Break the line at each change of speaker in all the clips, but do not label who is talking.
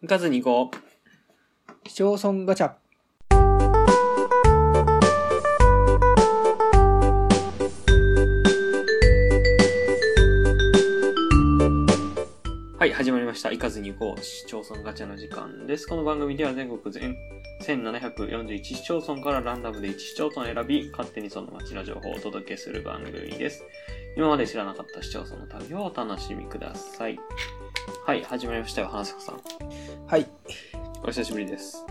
浮かずに行こう。
市町村ガチャ。
はい、始まりました。行かずに行こう。市町村ガチャの時間です。この番組では全国全1741市町村からランダムで1市町村を選び、勝手にその街の情報をお届けする番組です。今まで知らなかった市町村の旅をお楽しみください。はい、始まりましたよ、花坂さん。
はい。
お久しぶりです。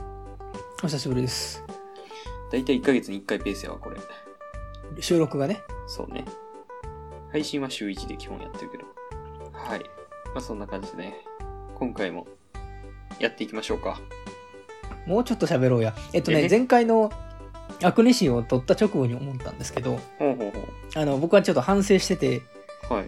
お久しぶりです。
だいたい1ヶ月に1回ペースやわ、これ。
収録がね。
そうね。配信は週1で基本やってるけど。はい。まあそんな感じでね、今回もやっていきましょうか。
もうちょっと喋ろうや。えっと
え
ね
え、
前回のアクネシンを取った直後に思ったんですけど、
ほうほう
あの、僕はちょっと反省してて、
ほう。はい。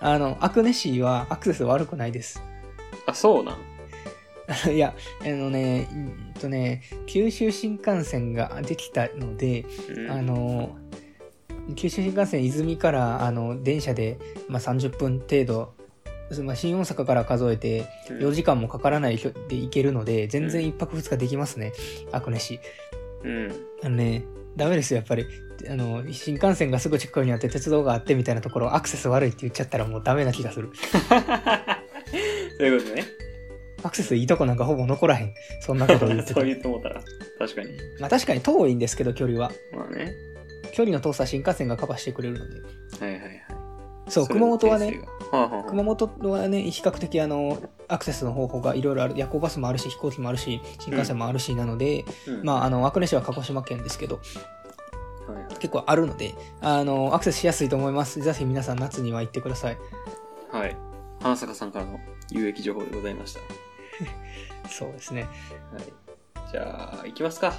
あの、アクネシーはアクセス悪くないです。
あ、そうなん。
あのいや、あのね、うんとね、九州新幹線ができたので、
うん
あの、九州新幹線泉から、あの、電車で、まあ、30分程度、まあ、新大阪から数えて
うん
4時間もかからない距離で行けるので、全然1泊2日できますね、アクネシ
う
ー。
ん。
あのね、ダメですよ、やっぱり。あの、新幹線がすぐ近くにあって、鉄道があってみたいなところ、アクセス悪いって言っちゃったらもうダメな気がする。
そういうことね。
アクセスいいとこなんかほぼ残らへん。そんなことを言って た
そう。言ってもうたら。確かに。
まあ確かに遠いんですけど、距離は。
まあね。
距離の遠さは新幹線がカバーしてくれるので。
はいはいはい。
そう、
れ
熊
の
本は
ペー
ね、
スが。はあはあはあ
熊本はね、比較的あの、アクセスの方法がいろいろある。夜行バスもあるし、飛行機もあるし、新幹線もあるし、なので、
うん
まあ、あの、アクネ市は鹿児島県ですけど、
はいはい
結構あるので、あの、アクセスしやすいと思います。ぜひ皆さん夏には行ってください。
はい。花坂さんからの有益情報でございました。
そうですね。
はい。じゃあ、行きますか。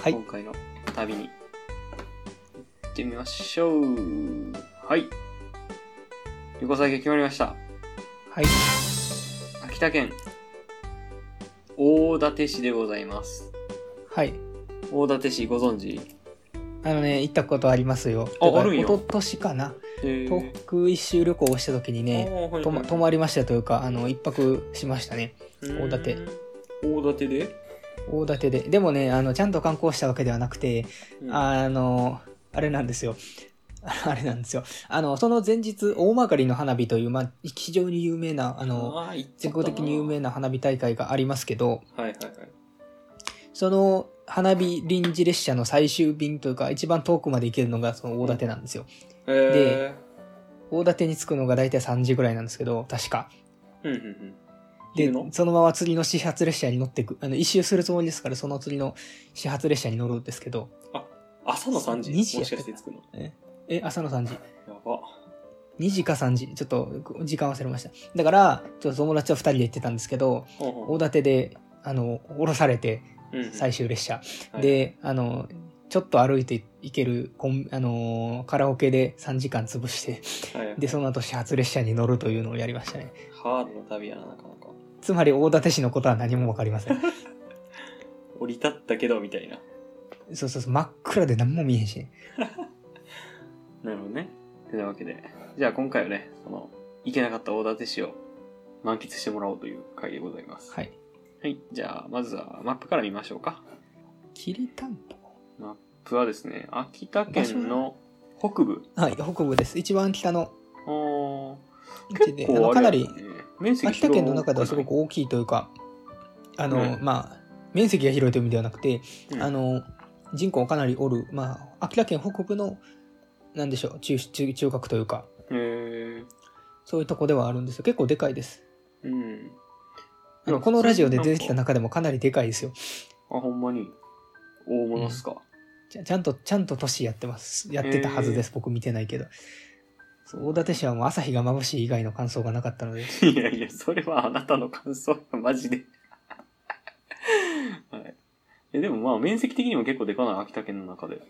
はい
今。回の旅に行ってみましょうはい旅行先が決まりました
はい。
秋田県大館市でございます
はい。
大館市ご存知
あのね、行ったことありますよ。
ああるんや
一昨年かな。
え
東北一周旅行をした時にね、
ね
とま、泊まりましたというか、あの、一泊しましたね。大館
大館で、
大館で。でもね、あの、ちゃんと観光したわけではなくて、
うん
あの、あれなんですよ。 あれなんですよ。あの、その前日、大曲りの花火という、まあ、非常に有名な、あの、
あー行っちゃ
全
ったな
国的に有名な花火大会がありますけど、
はいはいはい
その花火臨時列車の最終便というか、一番遠くまで行けるのがその大館なんですよ。
え
大館に着くのが大体3時ぐらいなんですけど、確か。
ー、うんうんうん
で
昼の、
そのまま次の始発列車に乗ってく、あの、一周するつもりですから、その次の始発列車に乗るんですけど、
朝の3時
2時や
も
っ
したかして着くの
え、朝の3時。
やば
2時か3時。ちょっと、時間忘れました。だから、ちょっと友達と2人で行ってたんですけど、
ほうほう
大館で、あの、降ろされて、
うんうん
最終列車。
はい
で、あの、ちょっと歩いて行けるコン、あの、カラオケで3時間潰して、
はいはい
で、その後始発列車に乗るというのをやりましたね。
ハードの旅やななかなか
つまり、大館市のことは何もわかりません。
降り立ったけどみたいな
そうそうそう、真っ暗で何も見えへんしね。
なるほどね。てなわけで、じゃあ今回はね、その、行けなかった大館市を満喫してもらおうという回でございます。
はい。
はい。じゃあ、まずはマップから見ましょうか。
きりたんぽ
マップはですね、秋田県の北部。
はい、北部です。一番北の
お
位
ー
置で、あのかなり
結構あれやね面積
秋田県の中ではすごく
多
大きいというか、あ
う
の、
ん
まあ、面積が広いという意味ではなくて、
うん
あの、人口がかなりおる、まあ、秋田県北部の、なんでしょう、中、中、中核というか、
い。へ
そういうとこではあるんですよ。結構でかいです。
ーうん。
あのこのラジオで出てきた中でもかなりでかいですよ。
あ、ほんまに。大物っすか。
ちゃちゃんと、ちゃんと年やってます。やってたはずです。僕見てないけど。そう大館市はもう朝日が眩しい以外の感想がなかったので、
いやいや、それはあなたの感想がマジで。 はい。え、でもまあ面積的にも結構でかない、秋田県の中で。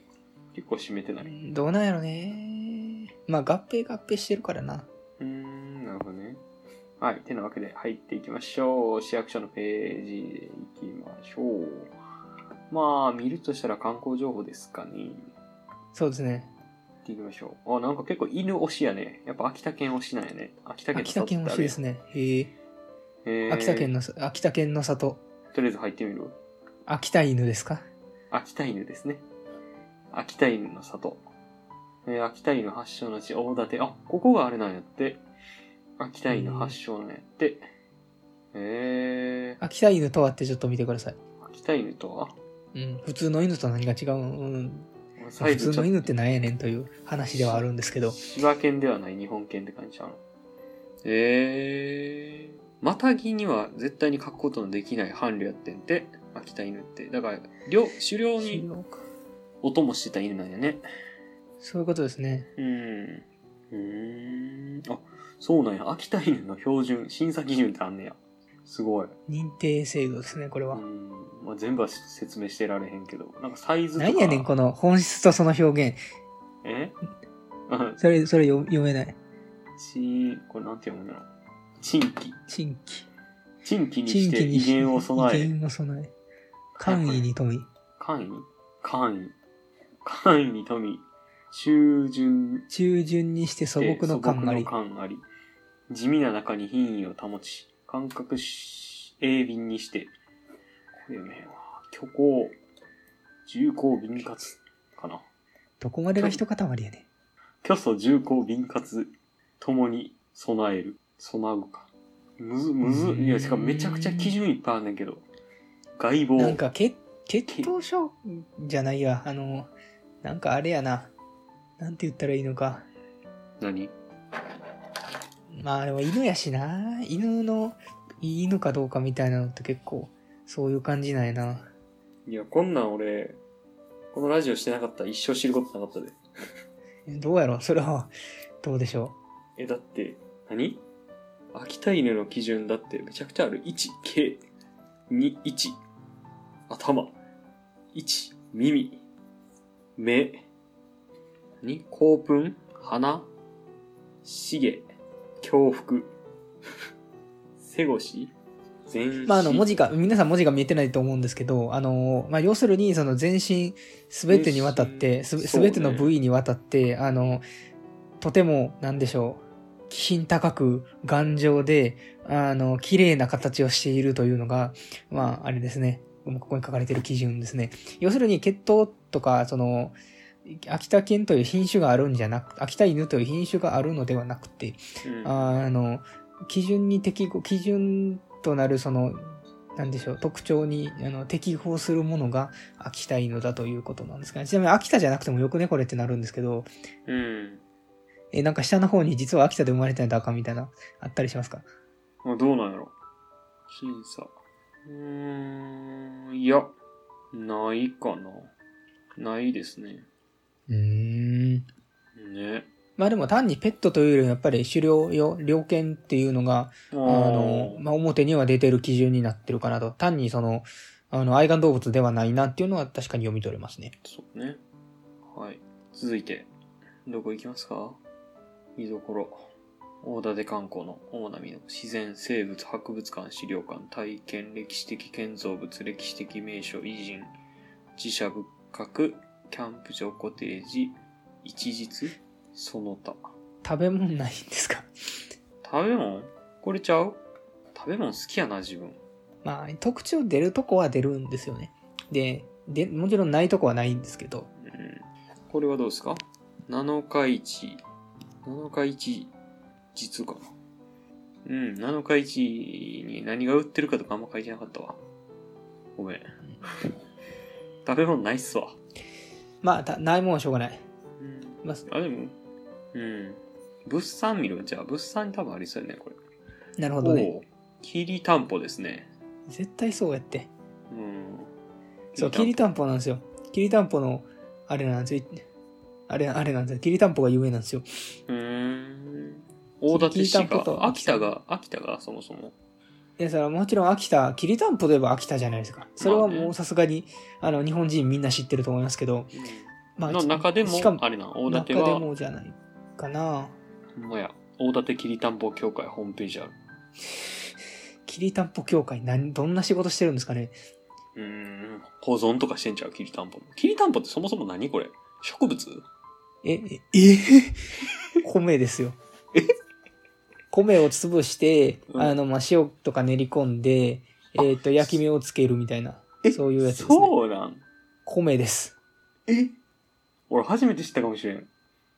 結構占めてない。う
どうなんやろね。まあ合併合併してるからな。
ーん、なるほどね。はい。てなわけで入っていきましょう。市役所のページでいきましょう。まあ、見るとしたら観光情報ですかね。
そうですね。
行っていきましょう。あ、なんか結構犬推しやね。やっぱ秋田県推しなんやね。秋田県
秋田県推しです
ね。
ね。へえ。
えー
秋田県の、秋田県の里。
とりあえず入ってみる
秋田犬ですか
秋田犬ですね。秋田犬の里。えー秋田犬発祥の地、大館。あ、ここがあれなんやって。秋田犬発祥なんやって。え
秋田犬とはってちょっと見てください。
ー、秋田犬とは
うん。普通の犬と何が違う、うん、
サ
普
イズ
通
ちょ
の
っ
犬ってなんやねんという話ではあるんですけ
と、
ど。
滋賀県ではない日本犬って感じちゃうの。えー、またぎには絶対に書くことのできない伴侶やってんて、秋田犬って。だから、猟、狩猟に音もしてた犬なんやね。
そういうことですね。
うん。うーん。あ、そうなんや。秋田犬の標準、審査基準ってあんねや。すごい。
認定制度ですね、これ
う
は。
ん。まあ、全部は説明してられへんけど。なんかサイズとか。
何やねん、この本質とその表現。
え あ、
それ、それ読読めない。
ち、これなんて読むんだろう。珍奇。
珍奇。
珍奇に
珍
して
奇に
威厳を備
威
え。
厳を備え。官位に富み。
簡易簡易。簡易に富み。中順
中旬にして素朴の感あり
素。朴の感あり地味な中に品位を保ち、感覚し鋭敏にして、これ読めへんわ。虚構、重厚敏活かな。
どこまでが一塊やね
虚素重厚敏活、共に備える、備うか。むず、むず、いや、しかもめちゃくちゃ基準いっぱいあんねんけど。外
ん。
貌。
なんか、血、血統症じゃないや。あの、なんかあれやな。なんて言ったらいいのか。
何
まあでも犬やしな。犬の、いい犬かどうかみたいなのって結構、そういう感じなんやな。
いや、こんなん俺、このラジオしてなかったら一生知ることなかったで。
どうやろうそれは、どうでしょ
え、だって、何秋田犬の基準だってめちゃくちゃある。1、毛、2、1、頭、1、耳、目、何口吻鼻、しげ、胸腹、 背腰、全
う。
身。
まああの、文字が、皆さん文字が見えてないと思うんですけど、あの、まあ要するに、その全身、すべてにわたって、す
全身
べての部位にわたって、あの、とても、なんでしょう、気品高く、頑丈で、あの、綺麗な形をしているというのが、まああれですね。ここに書かれている基準ですね。要するに、血統とか、その、秋田犬という品種があるんじゃなく、秋田犬という品種があるのではなくて、
うん
あの、基準に適合、基準となるその、なんでしょう、特徴にあの適合するものが秋田犬だということなんですかね。ちなみに秋田じゃなくてもよくね、これってなるんですけど、
うん。
え、なんか下の方に実は秋田で生まれてないとあかんみたいな、あったりしますか
まあ、どうなんやろ審査。うーん、いや、ないかな。ないですね。
うん。
ね。
まあでも単にペットというよりもやっぱり狩猟用、猟犬っていうのが、
あ
あの、まあ、表には出てる基準になってるかなと。単にその、あの、愛玩動物ではないなっていうのは確かに読み取れますね。
そうね。はい。続いて、どこ行きますか見どころ。大館観光の大波の自然、生物、博物館、資料館、体験、歴史的建造物、歴史的名所、偉人、寺社仏閣、キャンプ場、コテージ、一日、その他。
食べ物ないんですか
食べ物これちゃう食べ物好きやな、自分。
まあ、特徴出るとこは出るんですよね。で、で、もちろんないとこはないんですけど、
うんこれはどうですか ?7 日市。7日市実かな。うん、7日市に何が売ってるかとかあんま書いてなかったわ。ごめん。 食べ物ないっすわ。
まあ、たないもんはしょうがない。
うん、
まあ、
あ、でも、うん。物産見ろ。じゃあ、物産に多分ありそうやね、これ。
なるほ
お
どね。
おうきりたんぽですね。
絶対そうやって。
うん。
そう、きり
たん
たんぽなんですよ。きりたんぽの、あれなんですよ。あれ、あれなんですよ。きりたんぽが有名なんですよ。
ぽ。うーん。大館
きり
市
たんぽと
か。秋田が、秋田がそもそも。
で、それはもちろん秋田、きりたんぽといえば秋田じゃないですか。それは
まあ
も
ね
うさすがに、あの、日本人みんな知ってると思いますけど、まあ、
の中でも
しかも、
あれな大
中
館
で
は
もじゃないかな。
ほんまや大館きりたんぽ協会ホームページある
きりたんぽ協会、何、どんな仕事してるんですかね。
うーん保存とかしてんちゃうきりたんぽきりたんぽってそもそも何これ植物
え、え、え米ですよ。米を潰して、
うん
あの、まあ、塩とか練り込んで、えっ、と、焼き目をつけるみたいな、そういうやつですね。
そうなん
米です。
え俺初めて知ったかもしれん。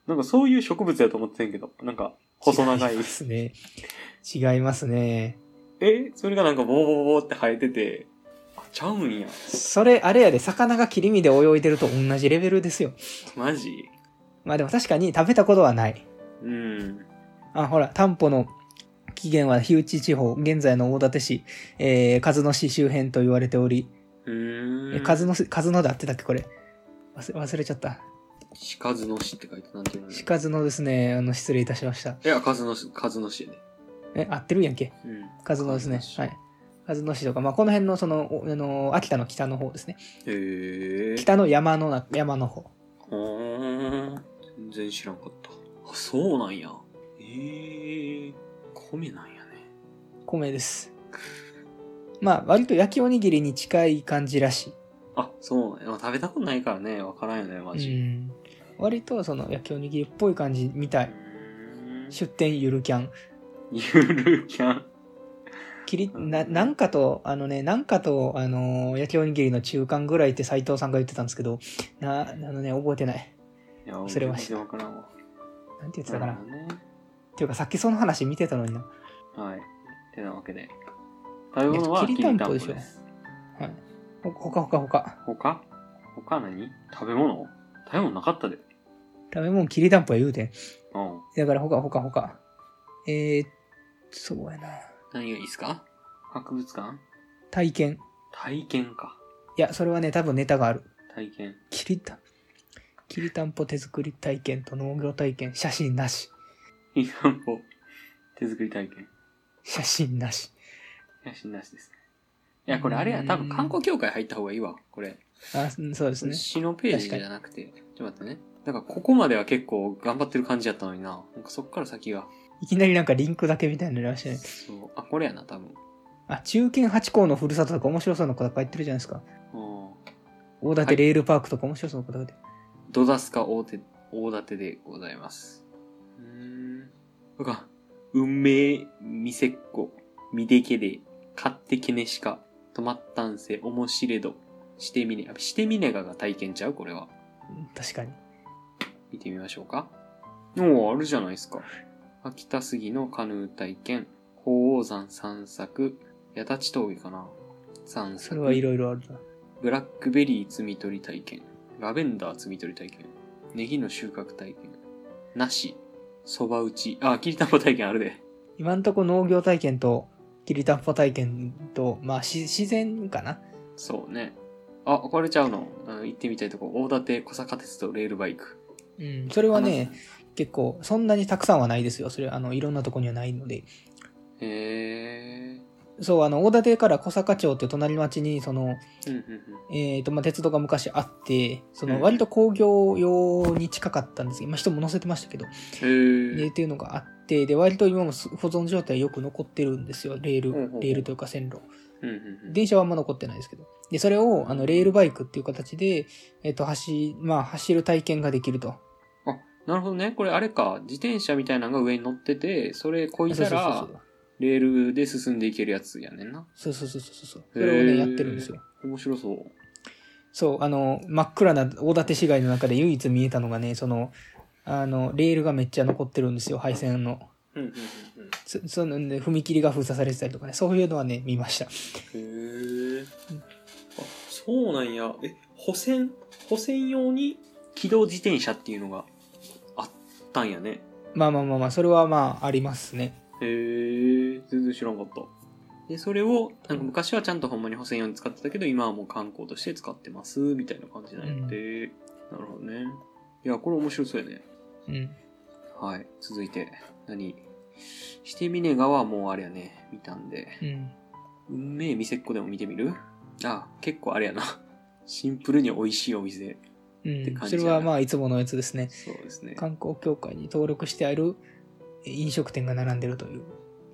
なんかそういう植物やと思ってんけど、なんか細長い
違。ますね。違いますね。
えそれがなんかボーボーボーって生えてて、あ、ちゃうんや。
それ、あれやで、魚が切り身で泳いでると同じレベルですよ。
マジ
まあでも確かに食べたことはない。
うん。
あ、ほら、担保の起源は日内地方、現在の大館市、えー、鹿角市周辺と言われており、
うー
え
ん。
鹿角市、鹿角で合ってたっけ、これ。忘れ忘れちゃった。
しかずのしって書いてなんていうの
鹿角ですね。あの、失礼いたしました。
いや、かずのし、かずのしやね。
え、合ってるやんけ。
うん。
鹿角ですね。はい。鹿角市とか、まあ、この辺の、その、おあの、秋田の北の方ですね。
へえ。
北の山のな、山の方。
うーん。全然知らんかった。あ、そうなんや。ええ。米なんやね。
米です。まあ、割と焼きおにぎりに近い感じらしい。
あ、そうなんや。まあ食べたことないからね、わからんよね、マ
う
ジ。
ん。割と、その、焼きおにぎりっぽい感じみたい。
うーん
出店ゆるキャン。
ゆるキャン。
きり
うん
ななんかとあのねなんかとあのー焼きおにぎりの中間ぐらいって斉藤さんが言ってたんですけどなあのね覚えてない
いや、
それは
全然わからんわ。
なんて言ってたかな、
る
っ
ほどね。
ていうかさっきその話見てたのにな
はい。てなわけで。食べ物は
き
き
り
り
た
た
ん
ん
ぽ
ぽ
で
で
しょ
す。
ほほかほかほか
他他何食べ物食べ物なかったで。
食べ物きりたんぽや言うてん
うん。
だからほかほかほかえー、そうやな
何がいいですか博物館
体験
体験か。
いやそれはね多分ネタがある
体 験。
きりたんきりたんぽ手作り体験と農業体験写真なし
きりたんぽ。手作り体験。
写真なし
写真なしです。いや、これあれや。多分観光協会入った方がいいわ。これ。
あうんそうですね
詩のページじゃなくて。ちょっと待ってね。なんかここまでは結構頑張ってる感じやったのにな。なんかそっから先が。
いきなりなんかリンクだけみたいになりましたね
そう。あ、これやな、多分。
あ、中堅八高のふるさととか面白そうなことばっか言ってるじゃないですか。
うん。
大館レールパークとか面白そうなことばっか言って
ドダスカ大手、大館でございます。うーん。とか、運命見せっこ、見でけで、買ってけねしか、止まったんせ、おもしれど、してみね、あしてみねがが体験ちゃうこれは。
うん確かに。
見てみましょうか。おお、あるじゃないですか。秋田杉のカヌー体験、鳳凰山散策、八立峠かな。散
そ
策。
れはいろいろあるな。
ブラックベリー摘み取り体験、ラベンダー摘み取り体験、ネギの収穫体験、梨、そば打ち、あ、きりたんぽ体験あるで。
今んとこ農業体験と、きりたんぽ体験と、まあ、し自然かな。
そうね。あ、これちゃうの。あ行ってみたいとこ、大館小坂鉄道レールバイク。
うん。それはね、結構、そんなにたくさんはないですよ。それ、あの、いろんなとこにはないので。
あ。へえ。
そう、あの、大館から小坂町って隣町に、その、
うんうん
えっ、と、まあ、鉄道が昔あって、そ
うん
の、割と工業用に近かったんですけど、まあ、人も乗せてましたけど、
うん。へ
で
え
っ。ていうのがあってで割と今もす保存状態よく残ってるんですよレール
ほうほうほう
レールというか線路
うんうんうん。
電車はあんま残ってないですけどでそれをあのレールバイクっていう形で、えっと走まあ、走る体験ができると
なるほどね。これあれか。自転車みたいなのが上に乗ってて、それこい
そ
だ
うそう
ら、レールで進んでいけるやつやねんな。
そうそうそうそうそうそうそ
へー
れをねやってるんですよ
面白そう。
そうあの真っ暗な大館市街の中で唯一見えたのがねそのあのレールがめっちゃ残ってるんですよ配線の
うんうん
そそのね踏切が封鎖されてたりとかねそういうのはね見ました
へえ。あ、そうなんや。え、補選、補選用に機動自転車っていうのがあったんやね。
まあまあまあまあそれはまあありますね
へえ、全然知らんかった。で、それを、なんか昔はちゃんとほんまに補選用に使ってたけど、今はもう観光として使ってます、みたいな感じなんやって。なるほどね。いや、これ面白そうやね。
うん
はい。続いて、何してみねがはもうあれやね。見たんで。
うん
運命店っ子でも見てみるあ、結構あれやな。 シンプルに美味しいお店。
うん
て感
そ
じ
れ
やな
はまあいつものやつですね。
そうですね。
観光協会に登録してあるえ飲食店が並んでるという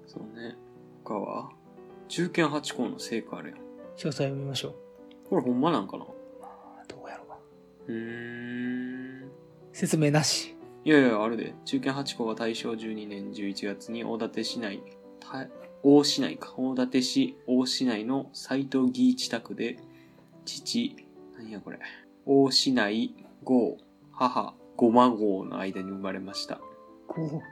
そうね。他は中堅八校の成果あるやん。
詳細を見ましょう。
これほんまなんかな
あどうやろうか。
うーん。
説明なし。
いやいや、あるで。中堅八校は大正12年11月に大館市内、た大市内か、大館市大市内の斎藤義一宅で、父、何やこれ、大市内号、母、ごま号の間に生まれました。
こ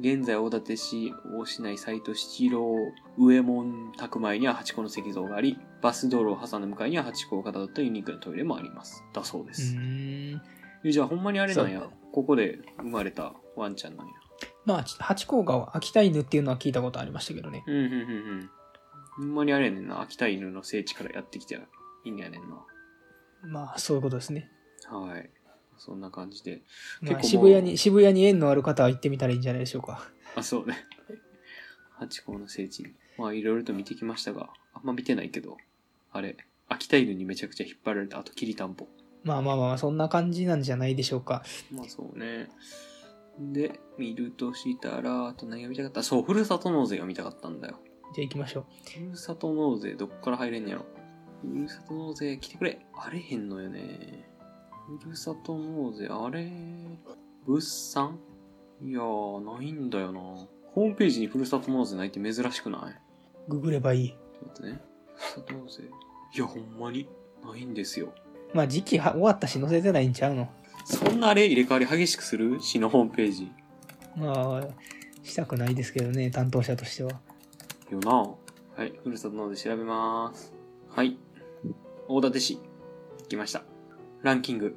現在大館市大市内斎藤七郎上門宅前には八個の石像があり、バス道路を挟んで向かいには八個をかたどったユニークなトイレもあります。だそうで
うう
す。
ーん。
えじゃあほんまにあれなんや
そう。
ここで生まれたワンちゃんなんや。
まあ、ちハチ公が秋田犬っていうのは聞いたことありましたけどね。
うんうんうんうん。ほんまにあれやねんな。秋田犬の聖地からやってきた犬やねんな。
まあ、そういうことですね。
はい。そんな感じで。結構
ま
も
あ、
う
渋谷に、渋谷に縁のある方は行ってみたらいいんじゃないでしょうか。
あ、そうね。 八甲の聖地に。まあ、いろいろと見てきましたが、あんま見てないけど、あれ、秋田犬にめちゃくちゃ引っ張られた。あと、きりたんぽ。
まあまあまあ、そんな感じなんじゃないでしょうか。
まあ、そうね。で、見るとしたら、あと何が見たかったそう、ふるさと納税が見たかったんだよ。
じゃあ行きましょう。
ふるさと納税、どっから入れんねやろ。ふるさと納税、来てくれ。あれへんのよね。ふるさと納税、あれ物産いやー、ないんだよな。ホームページにふるさと納税ないって珍しくない
ググればいい。
ちょっと待ってね。ふるさと納税。いや、ほんまにないんですよ。
まあ、時期は終わったし載せてないんちゃうの。
そんなあれ入れ替わり激しくする市のホームページ。
まあ、したくないですけどね、担当者としては。
よなはい、ふるさと納税調べまーす。はい。大館市。来ました。ランキング。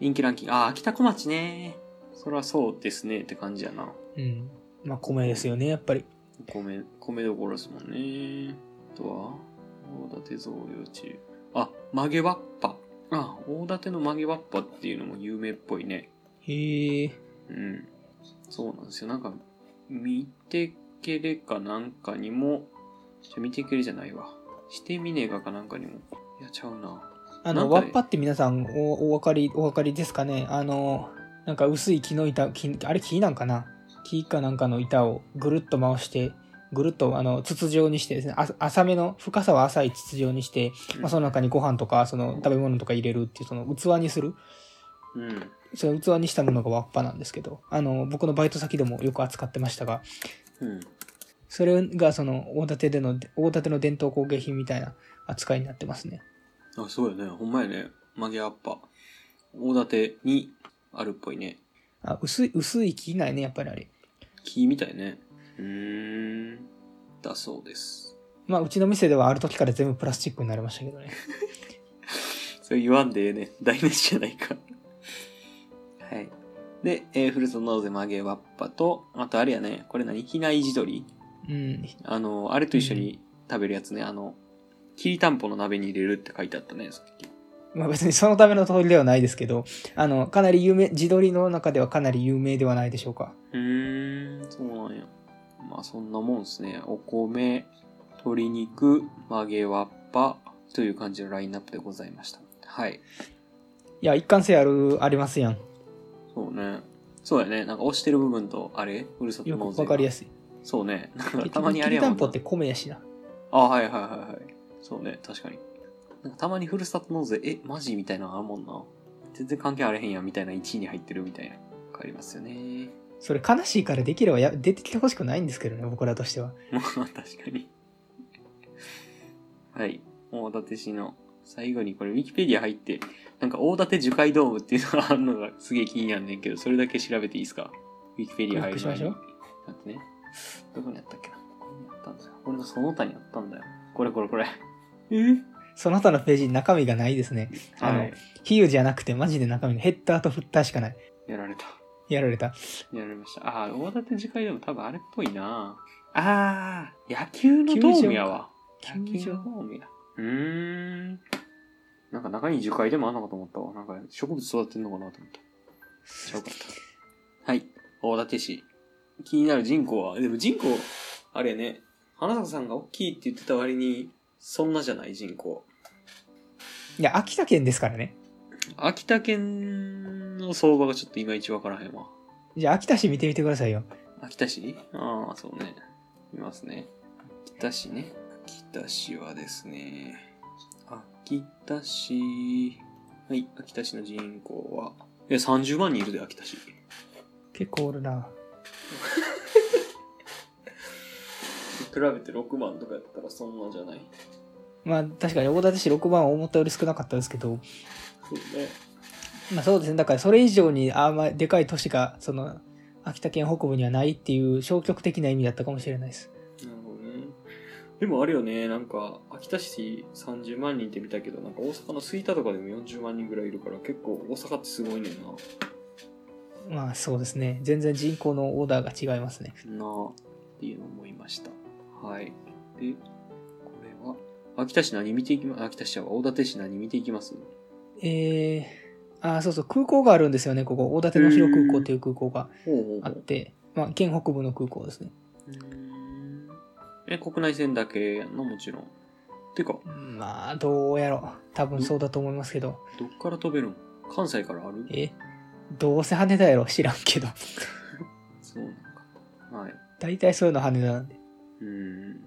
人気ランキング。あー、秋田小町ね。そりゃそうですねって感じやな。
うん。まあ、米ですよね、やっぱり。
米、米どころですもんね。あとは、大館増用中。あ、曲げわっぱ。あ、大館の曲げわっぱっていうのも有名っぽいね。
へえ。
うん。そうなんですよ。なんか、見てけれかなんかにも、じゃ見てけれじゃないわ。してみねえかかなんかにも。いや、ちゃうな。
あ
なん
の、
か
わっぱって皆さんお、お分かり、お分かりですかねあの、なんか薄い木の板、木あれ木なんかな木かなんかの板をぐるっと回して、ぐるっと、あの、筒状にしてですね、あ浅めの、深さは浅い筒状にして、まあ、その中にご飯とか、その、食べ物とか入れるっていう、その、器にする。
うん。
その器にしたものがわっぱなんですけど、あの、僕のバイト先でもよく扱ってましたが、
うん。
それがその大館での、大館の伝統工芸品みたいな扱いになってますね。
あ、そうよね。ほんまやね。曲げアッパ。大館にあるっぽいね。
あ、薄い、薄い木ないね、やっぱりあれ。
木みたいね。うーん。だそうです。
まあ、うちの店ではある時から全部プラスチックになりましたけどね。
それ言わんでええねん。台無しじゃないか。はい。で、えー、ふるさと納税曲げわっぱと、あとあれやね。これ何比内地鶏
うん。
あの、あれと一緒に食べるやつね、あの、きりたんぽの鍋に入れるって書いてあったね、さっき。
まあ別にそのための通りではないですけど、あの、かなり有名、自撮りの中ではかなり有名ではないでしょうか。
うーん、そうなんや。まあそんなもんですね。お米、鶏肉、曲げわっぱという感じのラインナップでございました。はい。
いや、一貫性ある、ありますやん。
そうね。そうやね。なんか押してる部分と、あれふるさと
よ
納
く
税。
わかりや
すい。
すい。
そうね。なん
結
か
局
たまにあれや
きり
もん
たんぽ
な
って。米やしな。
あ、はいはいはいはい。そうね、確かに。なんかたまにふるさと納税、え、マジみたいなのあるもんな。全然関係あれへんやんみたいな1位に入ってるみたいな。ありますよね。
それ悲しいからできればや出てきてほしくないんですけどね、僕らとしては。
まあ確かに。 はい。大館市の最後にこれウィキペディア入って、なんか大館樹海ドームっていうのがあるのがすげえ気になんねんけど、それだけ調べていいですかウィキペディア入る前に。
クリッ
だってね。どこにあったっけなここにあったんだよ。これのその他にあったんだよ。これこれこれ。え
その他のページに中身がないですね。あの
はい。
比喩じゃなくてマジで中身のヘッダーとフッターしかない。
やられた。
やられた。
やられました。ああ、大館樹海ドーム多分あれっぽいな。ああ、野球の
球
ド
場
ームやわ。
球場
ホームや。うーん。なんか中に樹海でもあんのかと思ったわ。なんか植物育ってんのかなと思った。ちゃうかった。はい。大館市。気になる人口は、でも人口、あれやね、花坂さんが大きいって言ってた割に、そんなじゃない人口。
いや、秋田県ですからね。
秋田県の相場がちょっといまいちわからへんわ。
じゃあ、秋田市見てみてくださいよ。
秋田市ああ、そうね。いますね。秋田市ね。秋田市はですね、秋田市、はい、秋田市の人口は、え、30万人いるで、秋田市。
結構おるな。
比べて6万とかやったらそんなんじゃない。
まあ確かに大館市6番は思ったより少なかったですけど、
そうね。
まあそうですね。だからそれ以上にあんまでかい都市が、その、秋田県北部にはないっていう消極的な意味だったかもしれないです。
なるほどね。でもあるよね、なんか、秋田市30万人って見たけど、なんか大阪の吹田とかでも40万人ぐらいいるから、結構大阪ってすごいねんな。
まあそうですね。全然人口のオーダーが違いますね。
なあっていうのを思いました。はい。で、これは、秋田市何見ていきます秋田市は大館市何見ていきます
えー、あ、そうそう、空港があるんですよね、ここ。大館の広空港っていう空港が
ほうほう
あって、まあ県北部の空港ですね。
うーんえ、国内線だけやんな、もちろん。てか、
まあどうやろう。多分そうだと思いますけど。
どっから飛べるん関西からある
え、どうせ羽田やろ知らんけど。
そうなんか。はい。
大体そういうの羽田なんで。
うーん。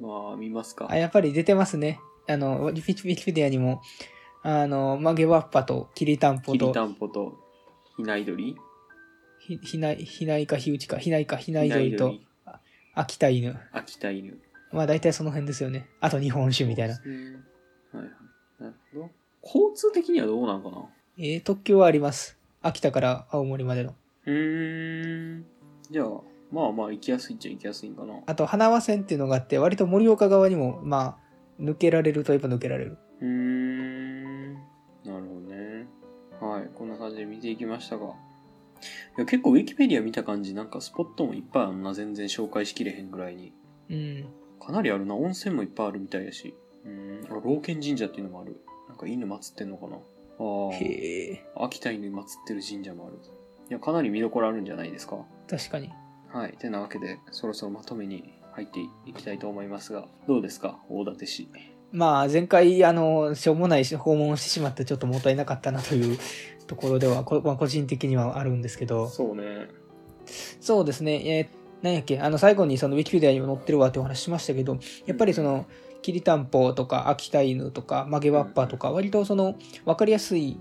まあ、見ますか。
あ、やっぱり出てますね。あの、ウィキウィキペディアにも、あの、曲げわっぱと、きりたんぽ
きり
と、
たんぽと、ひないどり
ひひない、ひないかひうちか、ひないかひないどりと、、秋田犬。
秋田犬。
まあ大体その辺ですよね。あと日本酒みたいな
そ。うですね。はいはい。なるほど。交通的にはどうなんかな
えー、特急はあります。秋田から青森までの。
うーん。じゃあ、まあまあ、行きやすいっちゃ行きやすいんかな。う
あと、花輪線っていうのがあって、割と盛岡側にも、まあ、抜けられるといえば抜けられる。
ーん。なるほどね。はい。こんな感じで見ていきましたが。いや、結構ウィキペディア見た感じ、なんかスポットもいっぱいあるな。全然紹介しきれへんぐらいに。
うん。
かなりあるな。温泉もいっぱいあるみたいやし。うーん。あ、老犬神社っていうのもある。なんか犬祀ってんのかな。あ
へえ。
あ。秋田犬祀ってる神社もある。いや、かなり見どころあるんじゃないですか。
確かに。
はい。てなわけで、そろそろまとめに入っていきたいと思いますが、どうですか大館市。
まあ、前回、あの、しょうもない訪問をしてしまって、ちょっともったいなかったなというところでは、こまあ、個人的にはあるんですけど、
そうね。
そうですね、えー、なんやっけ、あの、最後にそのウィキペディアにも載ってるわってお話ししましたけど、やっぱりその、きりたんぽとか、秋田犬とか、曲げわっぱとか、割とその、わかりやすい、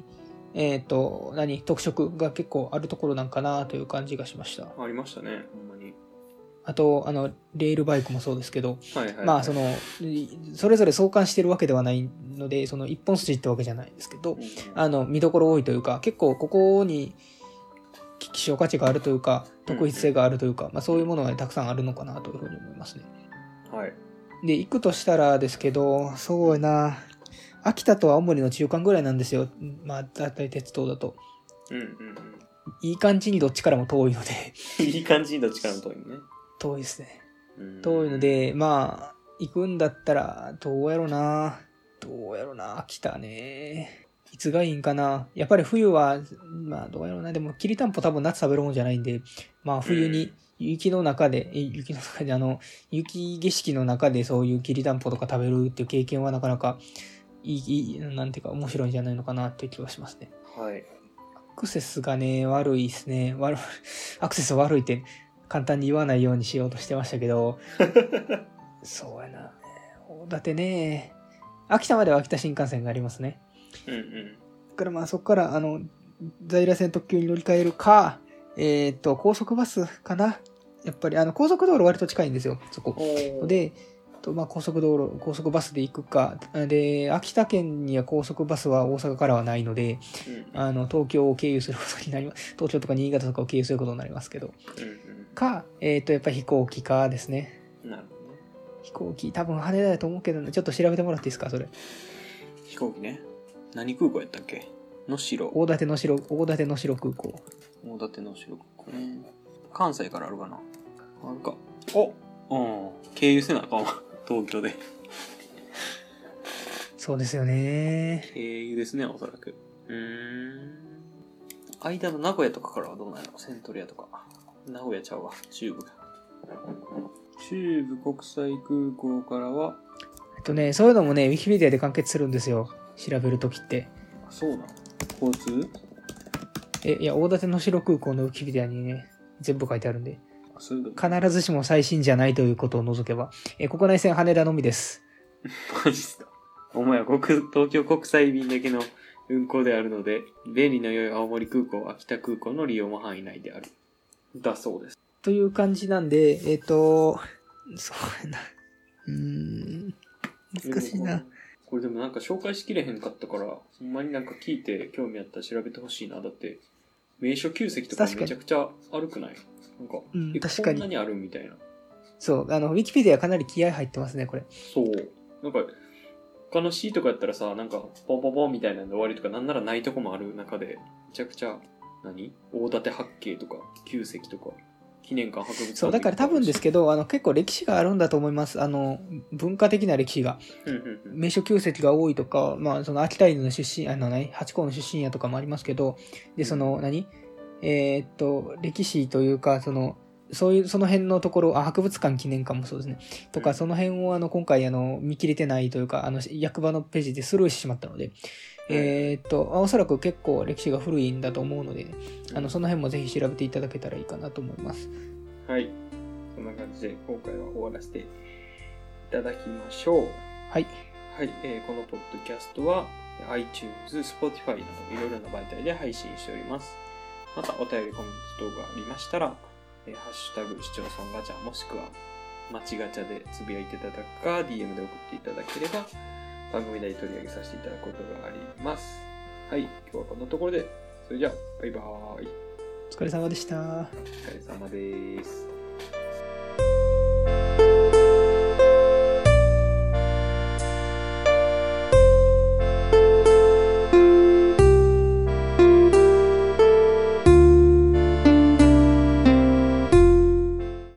えっ、と、何、特色が結構あるところなんかなという感じがしました。
ありましたね、ほんまに。
あと、あの、レールバイクもそうですけど、
はいはい、はい。
まあ、その、いそれぞれ相関してるわけではないので、その、一本筋ってわけじゃないですけど
うん、、
あの、見どころ多いというか、結構ここにき希少価値があるというか、特筆性があるというか、まあそういうものがたくさんあるのかなというふうに思いますね。
はい。
で、行くとしたらですけど、そうやな、秋田と青森の中間ぐらいなんですよ。まあ、だいたい鉄道だと。
うんうん
いい感じにどっちからも遠いので、
うん。 いい感じにどっちからも遠いのね。
遠いですね。
うん
遠いの、で、まあ、行くんだったら、どうやろな。どうやろな。秋田ね。いつがいいんかな。やっぱり冬は、まあ、どうやろな。でも、きりたんぽ多分夏食べるもんじゃないんで、まあ、冬
う
に
ん
雪の中で、え雪の中で、あの、雪景色の中でそういうきりたんぽとか食べるっていう経験はなかなか、いいいい、なんていうか、面白いんじゃないのかなっていう気はしますね。
はい。
アクセスがね、悪いですね。悪い、 アクセス悪いって簡単に言わないようにしようとしてましたけ ど、そうやな。大館ね、秋田までは秋田新幹線がありますね。
うんうん。
だからまあそこから、あの、在来線特急に乗り換えるか、えっ、と、高速バスかな。やっぱり、あの、高速道路割と近いんですよ、そこ。
お、
で、とまあ、高速道路、高速バスで行くか。で、秋田県には高速バスは大阪からはないので、
うんうん
あの、東京を経由することになります。 東京とか新潟とかを経由することになりますけど。か、えっ、と、やっぱり飛行機かですね。
うん。なるほどね。
飛行機、多分羽田だと思うけどね、ちょっと調べてもらっていいですか、それ。
飛行機ね。何空港やったっけ能代。
大館の城、大館の城空港。
大館能代空港ね。関西からあるかなあるか。おうん。経由せなあかんわ。東京で。
そうですよね。
経由ですね、おそらく。うーん。間の名古屋とかからはどうなんやろセントリアとか。名古屋ちゃうわ。中部が。中部国際空港からは、
えっとね、そういうのもね、ウィキペディアで完結するんですよ。調べるときって。
あそうなの交通
え、いや、大館の城空港のウィキペディアにね、全部書いてあるんで。
あそういうこと
必ずしも最新じゃないということを除けば。え、国内線羽田のみです。
マジっすか。お前は国、東京国際便だけの運航であるので、便利の良い青森空港、秋田空港の利用も範囲内である。だそうです。
という感じなんで、えっ、と、そうやな。うーん。難しいな。。
これでもなんか紹介しきれへんかったから、ほんまになんか聞いて興味あったら調べてほしいな。だって、名所旧跡とか
確かに
めちゃくちゃあるくないなんか、
うん
え
確かに
こんなにあるみたいな。
そう、あの、ウィキペディアかなり気合入ってますね、これ。
そう。なんか、他の C とかやったらさ、なんか、ポンポンポンみたいなんで終わりとか、なんならないとこもある中で、めちゃくちゃ、何大館八景とか、旧跡とか、記念館博物館
そう、だから多分ですけど、あの、結構歴史があるんだと思います。あの、文化的な歴史が。
うんうんうん。
名所旧跡が多いとか、まあ、その秋田犬の出身、あの、何八甲の出身やとかもありますけど、で、その何、えーっと、歴史というか、その、そういう、その辺のところ、あ、博物館記念館もそうですね。と
う
か、
ん
その辺を、あの、今回、あの、見切れてないというか、あの、役場のページでスルーしてしまったので、えーっと、あおそらく結構歴史が古いんだと思うので、あの、その辺もぜひ調べていただけたらいいかなと思います。
はい。そんな感じで今回は終わらせていただきましょう。
はい。
はい。えーこのポッドキャストはえー iTunes、Spotify などいろいろな媒体で配信しております。またお便りコメント等がありましたら、えーハッシュタグ市町村ガチャもしくは街ガチャでつぶやいていただくか、DM で送っていただければ番組内で取り上げさせていただくことがあります。はい。今日はこんなところで、それじゃあ、バイバーイ。
お疲れ様でした。
お疲れ様です。